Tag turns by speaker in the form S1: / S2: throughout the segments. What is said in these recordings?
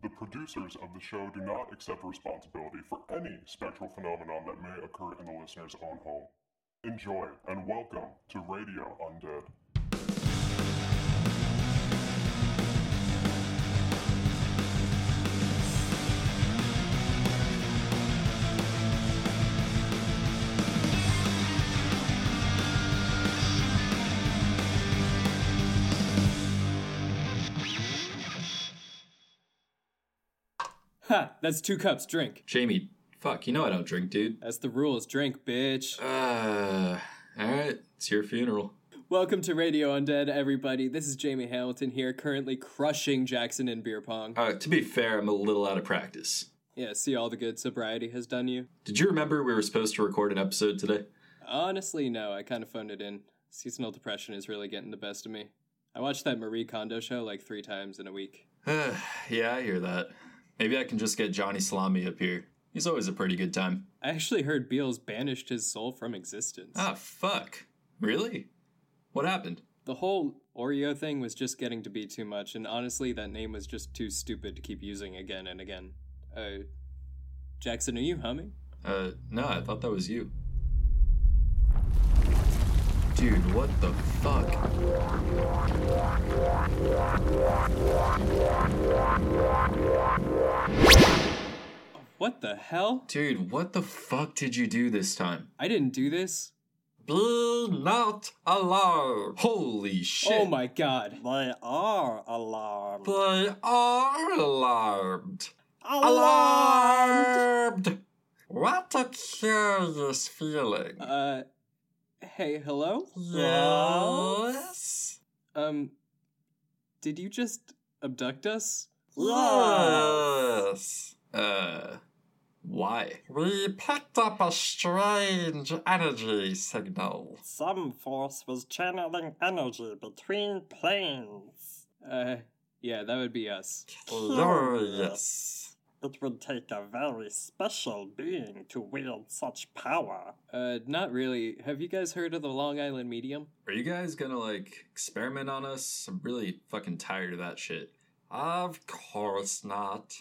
S1: The producers of the show do not accept responsibility for any spectral phenomenon that may occur in the listener's own home. Enjoy and welcome to Radio Undead.
S2: Ha! That's two cups. Drink.
S3: Jamie, fuck, you know I don't drink, dude.
S2: That's the rules. Drink, bitch.
S3: Uh, alright, it's your funeral.
S2: Welcome to Radio Undead, everybody. This is Jamie Hamilton here, currently crushing Jackson in beer pong.
S3: Uh, to be fair, I'm a little out of practice.
S2: Yeah, see all the good sobriety has done you.
S3: Did you remember we were supposed to record an episode today?
S2: Honestly, no. I kind of phoned it in. Seasonal depression is really getting the best of me. I watched that Marie Kondo show like three times in a week.
S3: Uh, yeah, I hear that. Maybe I can just get Johnny Salami up here. He's always a pretty good time.
S2: I actually heard Beals banished his soul from existence.
S3: Ah, fuck. Really? What happened?
S2: The whole Oreo thing was just getting to be too much, and honestly, that name was just too stupid to keep using again and again. Uh, Jackson, are you humming?
S3: Uh, no, I thought that was you. Dude, what the fuck?
S2: What the hell?
S3: Dude, what the fuck did you do this time?
S2: I didn't do this.
S3: Be not alarmed. Holy shit.
S2: Oh my god.
S4: They are alarmed.
S3: They are alarmed. Alarmed! What a curious feeling.
S2: Uh, hey, hello?
S3: yes?
S2: Um, did you just abduct us?
S3: Yes! Uh, why? We picked up a strange energy signal.
S4: Some force was channeling energy between planes.
S2: Uh, yeah, that would be us.
S3: Curious.
S4: It would take a very special being to wield such power.
S2: Uh, not really. Have you guys heard of the Long Island Medium?
S3: Are you guys gonna, like, experiment on us? I'm really fucking tired of that shit. Of course not.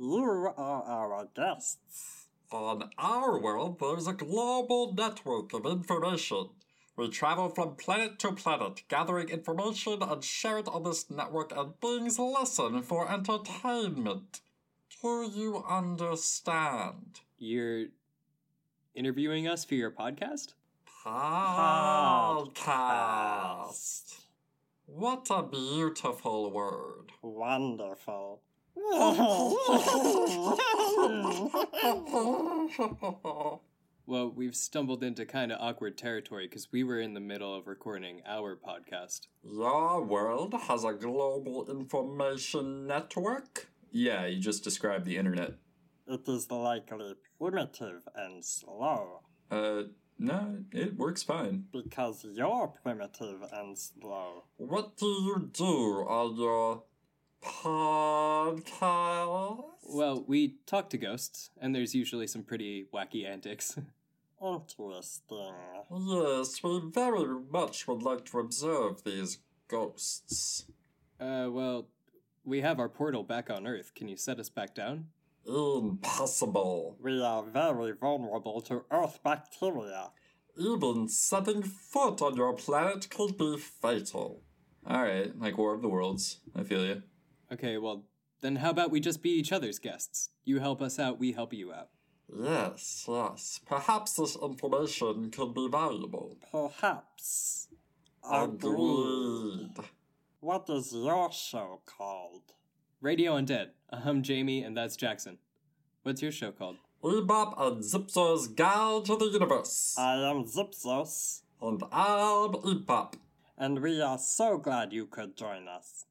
S4: You are our guests.
S3: On our world, there's a global network of information. We travel from planet to planet, gathering information and share it on this network and beings listen for entertainment. Do you understand?
S2: You're interviewing us for your podcast?
S3: Podcast. What a beautiful word.
S4: Wonderful.
S2: Well, we've stumbled into kind of awkward territory because we were in the middle of recording our podcast.
S3: Your world has a global information network? Yeah, you just described the internet.
S4: it is likely primitive and slow.
S3: Uh, no, it works fine.
S4: Because you're primitive and slow.
S3: What do you do on your podcast?
S2: Well, we talk to ghosts, and there's usually some pretty wacky antics.
S4: Interesting.
S3: Yes, we very much would like to observe these ghosts.
S2: Uh, well, we have our portal back on Earth. Can you set us back down?
S3: Impossible.
S4: We are very vulnerable to Earth bacteria.
S3: Even setting foot on your planet could be fatal. Alright, like War of the Worlds. I feel you.
S2: Okay, well, then how about we just be each other's guests? You help us out, we help you out.
S3: Yes, yes. Perhaps this information could be valuable.
S4: Perhaps.
S3: Agreed.
S4: What is your show called?
S2: Radio Undead. Uh-huh, I'm Jamie, and that's Jackson. What's your show called?
S3: Bebop and Zipzo's Guide to the Universe.
S4: I am Zipsos,
S3: and I'm Ebop.
S4: and we are so glad you could join us.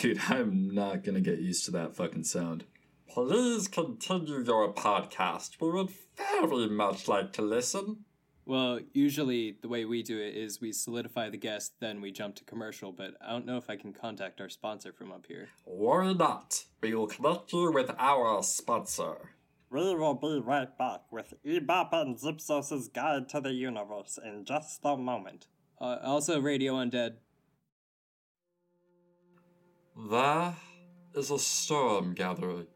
S3: Dude, I'm not gonna get used to that fucking sound. Please continue your podcast. We would very much like to listen.
S2: Well, usually the way we do it is we solidify the guest, then we jump to commercial, but I don't know if I can contact our sponsor from up here.
S3: Worry not. We will connect you with our sponsor.
S4: we will be right back with Ebop and Zipsos' Guide to the Universe in just a moment.
S2: Uh, also, Radio Undead,
S3: There is a storm gathering.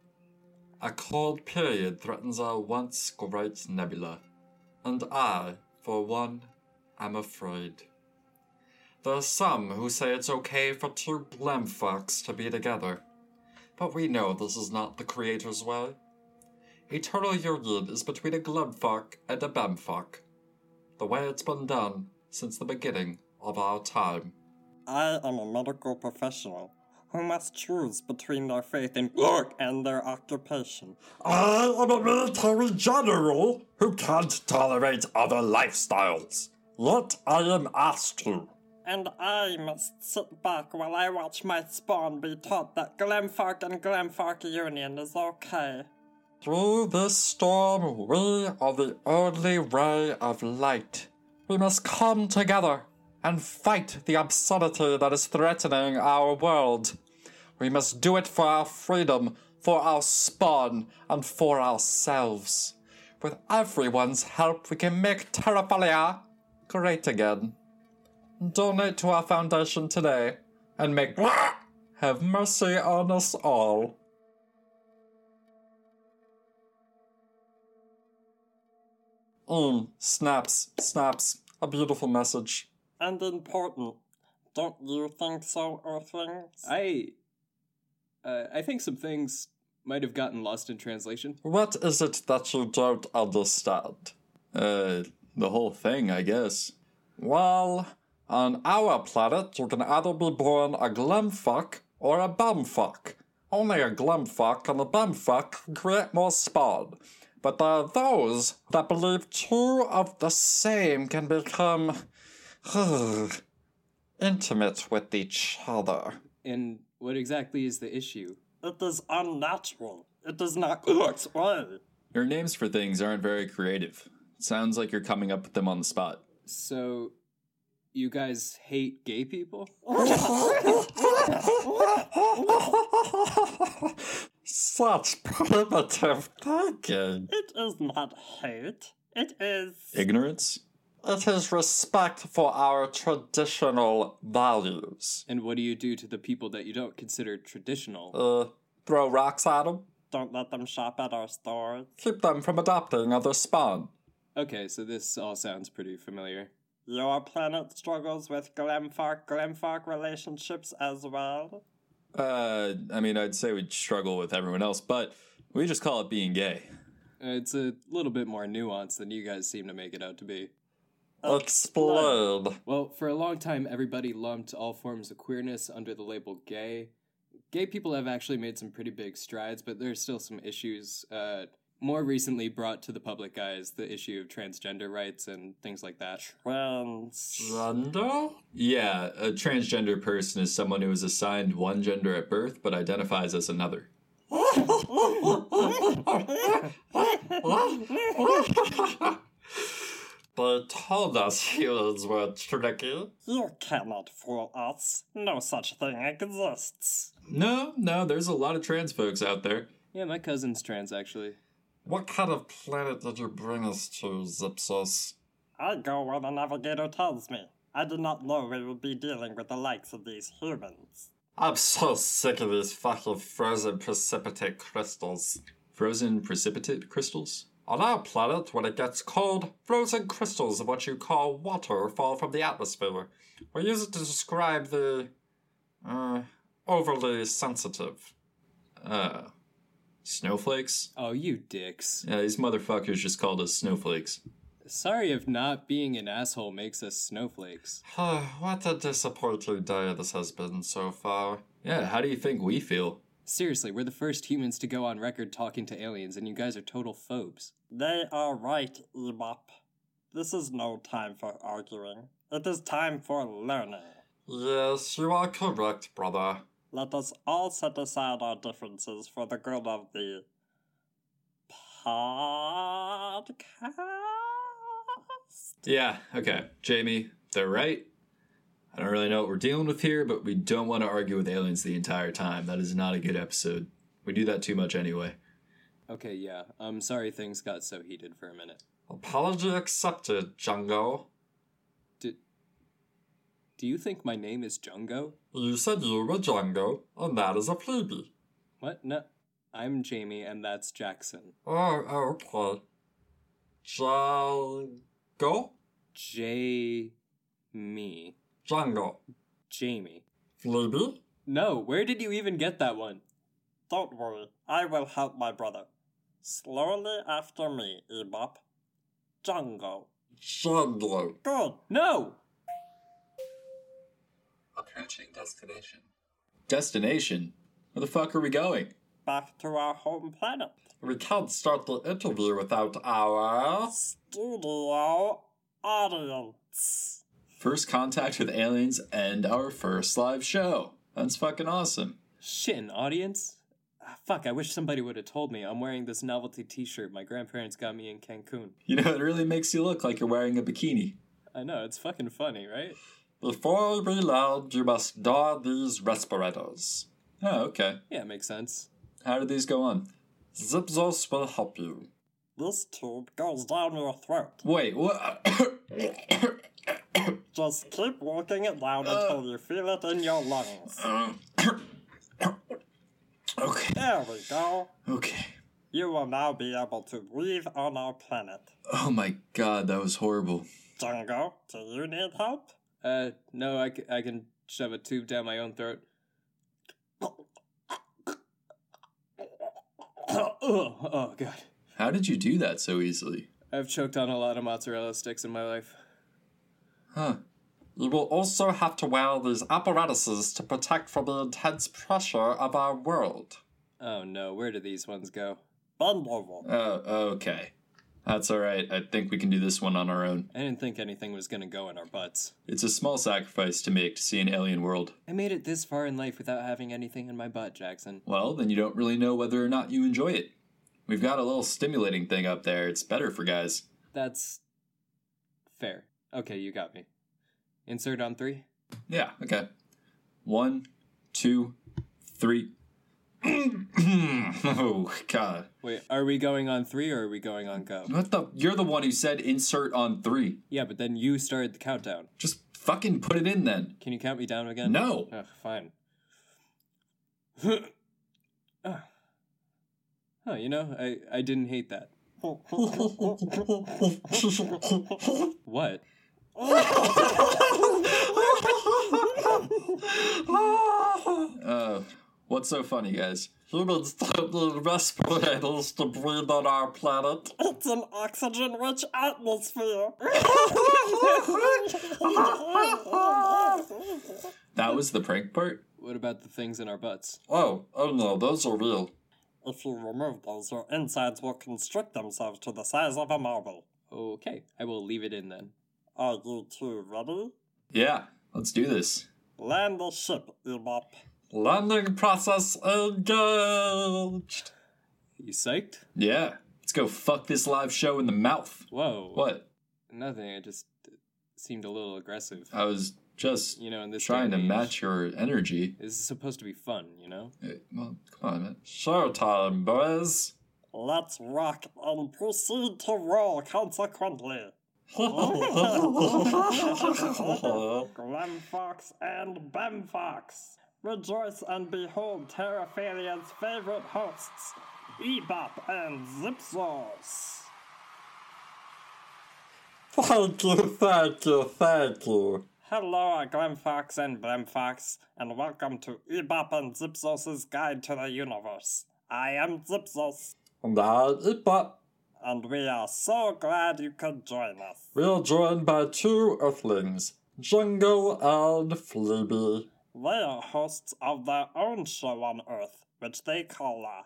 S3: A cold period threatens our once great nebula, and I, for one, am afraid. There are some who say it's okay for two glamfucks to be together, but we know this is not the Creator's way. Eternal union is between a glamfuck and a bamfuck, the way it's been done since the beginning of our time.
S4: I am a medical professional who must choose between their faith in work and their occupation.
S3: I am a military general who can't tolerate other lifestyles. Yet I am asked to.
S4: And I must sit back while I watch my spawn be taught that Glamfark and Glamfark Union is okay.
S3: Through this storm, we are the only ray of light. We must come together and fight the obscenity that is threatening our world. We must do it for our freedom, for our spawn, and for ourselves. With everyone's help, we can make Terrafalia great again. Donate to our foundation today and make have mercy on us all. Mm, snaps, snaps. A beautiful message.
S4: And important. Don't you think so, Earthlings?
S2: I, uh, I think some things might have gotten lost in translation.
S3: What is it that you don't understand? Uh, the whole thing, I guess. Well, on our planet, you can either be born a glamfuck or a bumfuck. Only a glamfuck and a bumfuck can create more spawn. But there are those that believe two of the same can become intimate with each other.
S2: And what exactly is the issue?
S4: It is unnatural. It is not God's way.
S5: Your names for things aren't very creative. Sounds like you're coming up with them on the spot.
S2: So, you guys hate gay people?
S3: Such primitive thinking.
S4: It is not hate. It is.
S5: Ignorance?
S3: It is respect for our traditional values.
S2: And what do you do to the people that you don't consider traditional?
S3: Uh, throw rocks at them,
S4: Don't let them shop at our stores.
S3: keep them from adopting other spawn.
S2: Okay, so this all sounds pretty familiar.
S4: Your planet struggles with Glamfark Glamfark relationships as well.
S5: Uh, I mean, I'd say we'd struggle with everyone else, but we just call it being gay.
S2: Uh, It's a little bit more nuanced than you guys seem to make it out to be.
S3: Explode.
S2: Well, for a long time, everybody lumped all forms of queerness under the label gay. Gay people have actually made some pretty big strides, but there's still some issues. Uh, more recently, brought to the public eye is the issue of transgender rights and things like that.
S4: Trans.
S3: Randall?
S5: Yeah, a transgender person is someone who is assigned one gender at birth but identifies as another.
S3: They told us humans were tricky.
S4: You cannot fool us. No such thing exists.
S5: No, no, there's a lot of trans folks out there.
S2: Yeah, my cousin's trans, actually.
S3: What kind of planet did you bring us to, Zipsos?
S4: I go where the navigator tells me. I did not know we would be dealing with the likes of these humans.
S3: I'm so sick of these fucking frozen precipitate crystals.
S5: Frozen precipitate crystals?
S3: On our planet, when it gets cold, frozen crystals of what you call water fall from the atmosphere. We use it to describe the. uh, overly sensitive.
S5: Uh, snowflakes?
S2: Oh, you dicks.
S5: Yeah, these motherfuckers just called us snowflakes.
S2: Sorry if not being an asshole makes us snowflakes.
S3: what a disappointing day this has been so far.
S5: Yeah, how do you think we feel?
S2: Seriously, we're the first humans to go on record talking to aliens, and you guys are total phobes.
S4: They are right, Ebop. This is no time for arguing. It is time for learning.
S3: Yes, you are correct, brother.
S4: Let us all set aside our differences for the good of the podcast.
S5: Yeah, okay. Jamie, they're right. I don't really know what we're dealing with here, but we don't want to argue with aliens the entire time. That is not a good episode. We do that too much anyway.
S2: Okay, yeah. I'm sorry things got so heated for a minute.
S3: Apology accepted, Django.
S2: Do you think my name is Jungo?
S3: You said you were Django, and that is a freebie.
S2: What? No. I'm Jamie, and that's Jackson.
S3: Oh, okay. Django?
S2: J. Me.
S3: Django.
S2: Jamie.
S3: Freebie?
S2: No, where did you even get that one?
S4: Don't worry, I will help my brother. Slowly after me, Ebop. Jungle.
S3: Django.
S4: Good.
S2: No!
S6: Approaching destination.
S5: Destination? Where the fuck are we going?
S4: Back to our home planet.
S3: We can't start the interview without our.
S4: Studio audience.
S5: First contact with aliens and our first live show. That's fucking awesome.
S2: Shit, an audience? Ah, Fuck, I wish somebody would have told me. I'm wearing this novelty t shirt my grandparents got me in Cancun.
S5: You know, it really makes you look like you're wearing a bikini.
S2: I know, it's fucking funny, right?
S3: Before we land, you must don these respirators.
S5: Oh, okay.
S2: Yeah, makes sense.
S5: How do these go on?
S3: Zipzos will help you.
S4: This tube goes down your throat.
S5: Wait, what?
S4: Just keep walking it down until you feel it in your lungs.
S5: okay.
S4: There we go.
S5: Okay.
S4: You will now be able to breathe on our planet.
S5: Oh my god, that was horrible.
S4: Django, do you need help?
S2: Uh, no, I, c- I can shove a tube down my own throat. oh, oh, God.
S5: How did you do that so easily?
S2: I've choked on a lot of mozzarella sticks in my life.
S5: Huh.
S3: You will also have to wear these apparatuses to protect from the intense pressure of our world.
S2: Oh, no, where do these ones go?
S4: Bend over.
S5: Oh, okay. That's alright. I think we can do this one on our own.
S2: I didn't think anything was gonna go in our butts.
S5: It's a small sacrifice to make to see an alien world.
S2: I made it this far in life without having anything in my butt, Jackson.
S5: Well, then you don't really know whether or not you enjoy it. We've got a little stimulating thing up there. It's better for guys.
S2: That's. fair. Okay, you got me. Insert on three.
S5: Yeah, okay. One, two, three. oh, God.
S2: Wait, are we going on three or are we going on go?
S5: What the? You're the one who said insert on three.
S2: Yeah, but then you started the countdown.
S5: Just fucking put it in then.
S2: Can you count me down again?
S5: No.
S2: Ugh, fine. Ah. Huh, you know, I, I didn't hate that. What?
S5: Uh, what's so funny, guys?
S3: Humans don't need respirators to breathe on our planet.
S4: It's an oxygen rich atmosphere.
S5: That was the prank part?
S2: What about the things in our butts?
S3: Oh, oh no, those are real.
S4: if you remove those, your insides will constrict themselves to the size of a marble.
S2: Okay, I will leave it in then.
S4: Are you two ready?
S5: Yeah, let's do this.
S4: Land the ship, Ebop.
S3: Landing process engaged.
S2: You psyched?
S5: Yeah, let's go fuck this live show in the mouth.
S2: Whoa.
S5: What?
S2: Nothing. It just seemed a little aggressive.
S5: I was just
S2: You know, in this
S5: trying
S2: day
S5: to
S2: and age,
S5: match your energy.
S2: This is supposed to be fun, you know.
S5: Uh, Well, come on, man.
S3: Showtime, boys.
S4: Let's rock and proceed to roll consequently. Glen Fox and Bem Fox. Rejoice and behold Terraphalian's favorite hosts, Ebop and Zipsos.
S3: Thank you, thank you, thank you.
S4: Hello, Glen Fox and Bem Fox, and welcome to Ebop and Zipsos' Guide to the Universe. I am Zipsos,
S3: And I'm Ipa.
S4: and we are so glad you could join us.
S3: We are joined by two Earthlings, Jungle and Fleeby.
S4: They are hosts of their own show on Earth, which they call a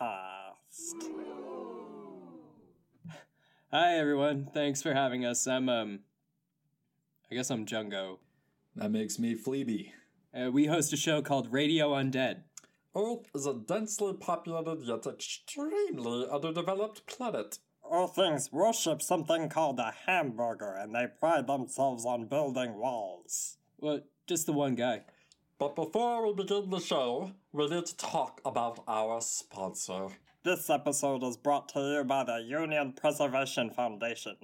S4: podcast.
S2: Hi everyone. Thanks for having us. I'm um. I guess I'm Jungo.
S5: That makes me Fleeby.
S2: Uh, we host a show called Radio Undead.
S3: Earth is a densely populated yet extremely underdeveloped planet.
S4: All things worship something called a hamburger, and they pride themselves on building walls.
S2: Well, just the one guy.
S3: But before we begin the show, we need to talk about our sponsor.
S4: This episode is brought to you by the Union Preservation Foundation.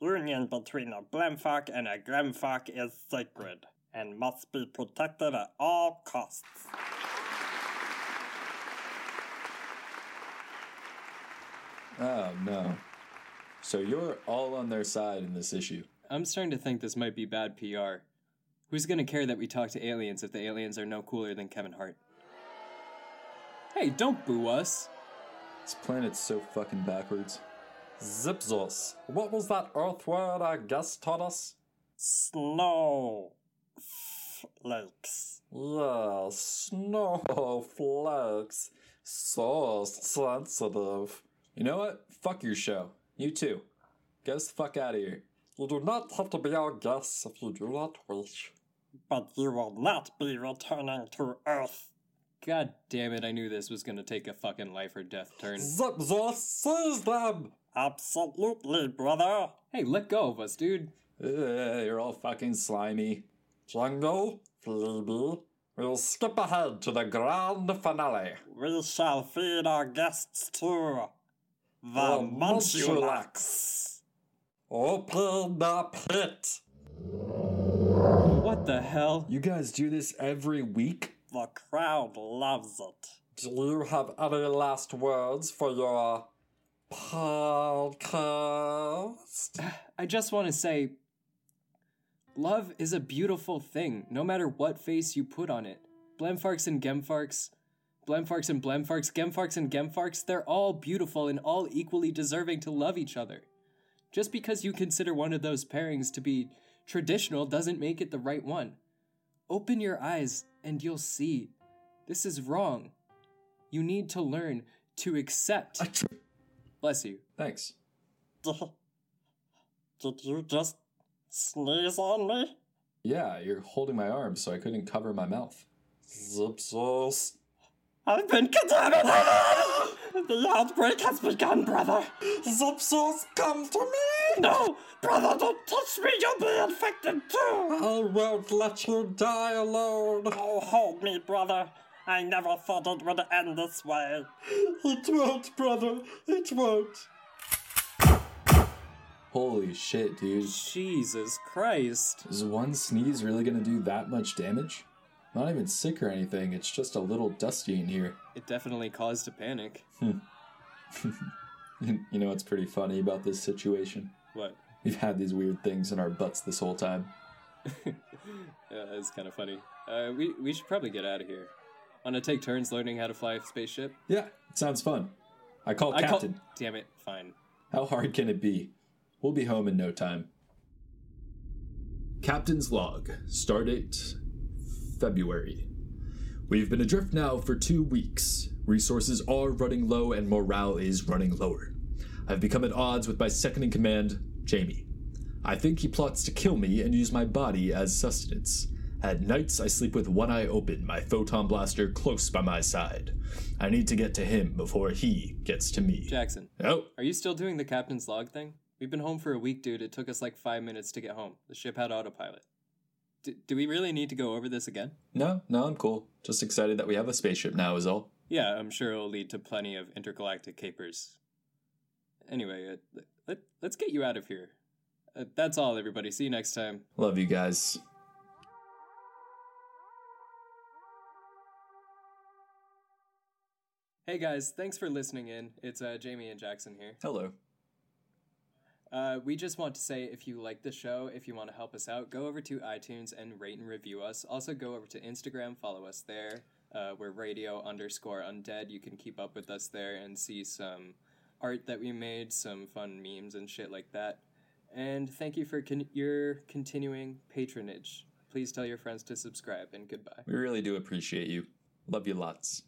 S4: Union between a Glenfark and a Glenfark is sacred and must be protected at all costs.
S5: Oh no. So you're all on their side in this issue.
S2: I'm starting to think this might be bad PR. Who's gonna care that we talk to aliens if the aliens are no cooler than Kevin Hart? Hey, don't boo us!
S5: This planet's so fucking backwards.
S3: Zipzos, what was that earth word our guest taught us?
S4: Snow flakes.
S3: Yeah, snowflakes. So sensitive.
S5: You know what? Fuck your show. You too. Get us the fuck out of here.
S3: You do not have to be our guests if you do not wish.
S4: But you will not be returning to Earth.
S2: God damn it, I knew this was gonna take a fucking life or death turn.
S3: Zipzos sees them!
S4: Absolutely, brother.
S2: Hey, let go of us, dude.
S5: Ugh, you're all fucking slimy.
S3: Django, Phoebe, we'll skip ahead to the grand finale.
S4: We shall feed our guests to the
S3: Oh,
S4: Munchlax.
S3: Open the pit!
S2: What the hell?
S5: You guys do this every week?
S4: The crowd loves it.
S3: Do you have any last words for your podcast?
S2: I just wanna say love is a beautiful thing, no matter what face you put on it. Blemfarks and Gemfarks, Blemfarks and Blemfarks, Gemfarks and Gemfarks, they're all beautiful and all equally deserving to love each other. Just because you consider one of those pairings to be traditional doesn't make it the right one. Open your eyes and you'll see. This is wrong. You need to learn to accept. Bless you.
S5: Thanks.
S4: Did you just sneeze on me?
S5: Yeah, you're holding my arm so I couldn't cover my mouth.
S3: Zipsos.
S4: I've been contaminated! The outbreak has begun, brother!
S3: Zipsos, come to me!
S4: No! Brother, don't touch me! You'll be infected too!
S3: I won't let you die alone!
S4: Oh, hold me, brother! I never thought it would end this way.
S3: It won't, brother. It won't.
S5: Holy shit, dude.
S2: Jesus Christ.
S5: Is one sneeze really gonna do that much damage? Not even sick or anything, it's just a little dusty in here.
S2: It definitely caused a panic.
S5: you know what's pretty funny about this situation?
S2: What?
S5: We've had these weird things in our butts this whole time.
S2: Yeah, that's kind of funny. Uh, we, we should probably get out of here. Want to take turns learning how to fly a spaceship?
S5: Yeah, it sounds fun. I call
S2: I call-
S5: Captain.
S2: Damn it, fine.
S5: How hard can it be? We'll be home in no time. Captain's Log, Stardate February. We've been adrift now for two weeks. Resources are running low and morale is running lower. I've become at odds with my second in command, Jamie. I think he plots to kill me and use my body as sustenance. At nights, I sleep with one eye open, my photon blaster close by my side. I need to get to him before he gets to me.
S2: Jackson,
S5: Oh,
S2: are you still doing the captain's log thing? We've been home for a week, dude. It took us like five minutes to get home. The ship had autopilot. D- do we really need to go over this again?
S5: No, no, I'm cool. Just excited that we have a spaceship now, is all.
S2: Yeah, I'm sure it'll lead to plenty of intergalactic capers. Anyway, uh, let, let's get you out of here. Uh, that's all, everybody. See you next time.
S5: Love you guys.
S2: Hey guys, thanks for listening in. It's uh, Jamie and Jackson here.
S5: Hello.
S2: Uh, we just want to say if you like the show, if you want to help us out, go over to iTunes and rate and review us. Also, go over to Instagram, follow us there. Uh, we're radio underscore undead. You can keep up with us there and see some art that we made, some fun memes and shit like that. And thank you for con- your continuing patronage. Please tell your friends to subscribe, and goodbye.
S5: We really do appreciate you. Love you lots.